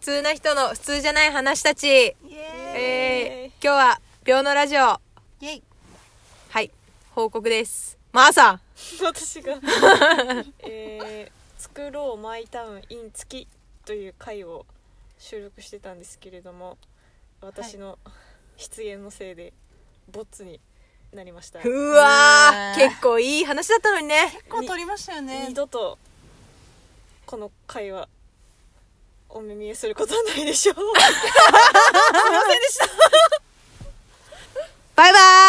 通な人の普通じゃない話たち。イえエー、今日は、病のラジオ。はーイイェイい、報告です。まあ朝、 私がえー作ろうマイタウン in 月」という回を収録してたんですけれども私の失言のせいでボッツになりましたうわうー、わー結構いい話だったのにね。結構撮りましたよね二度とこの回はお目見えすることはないでしょうバイバーイ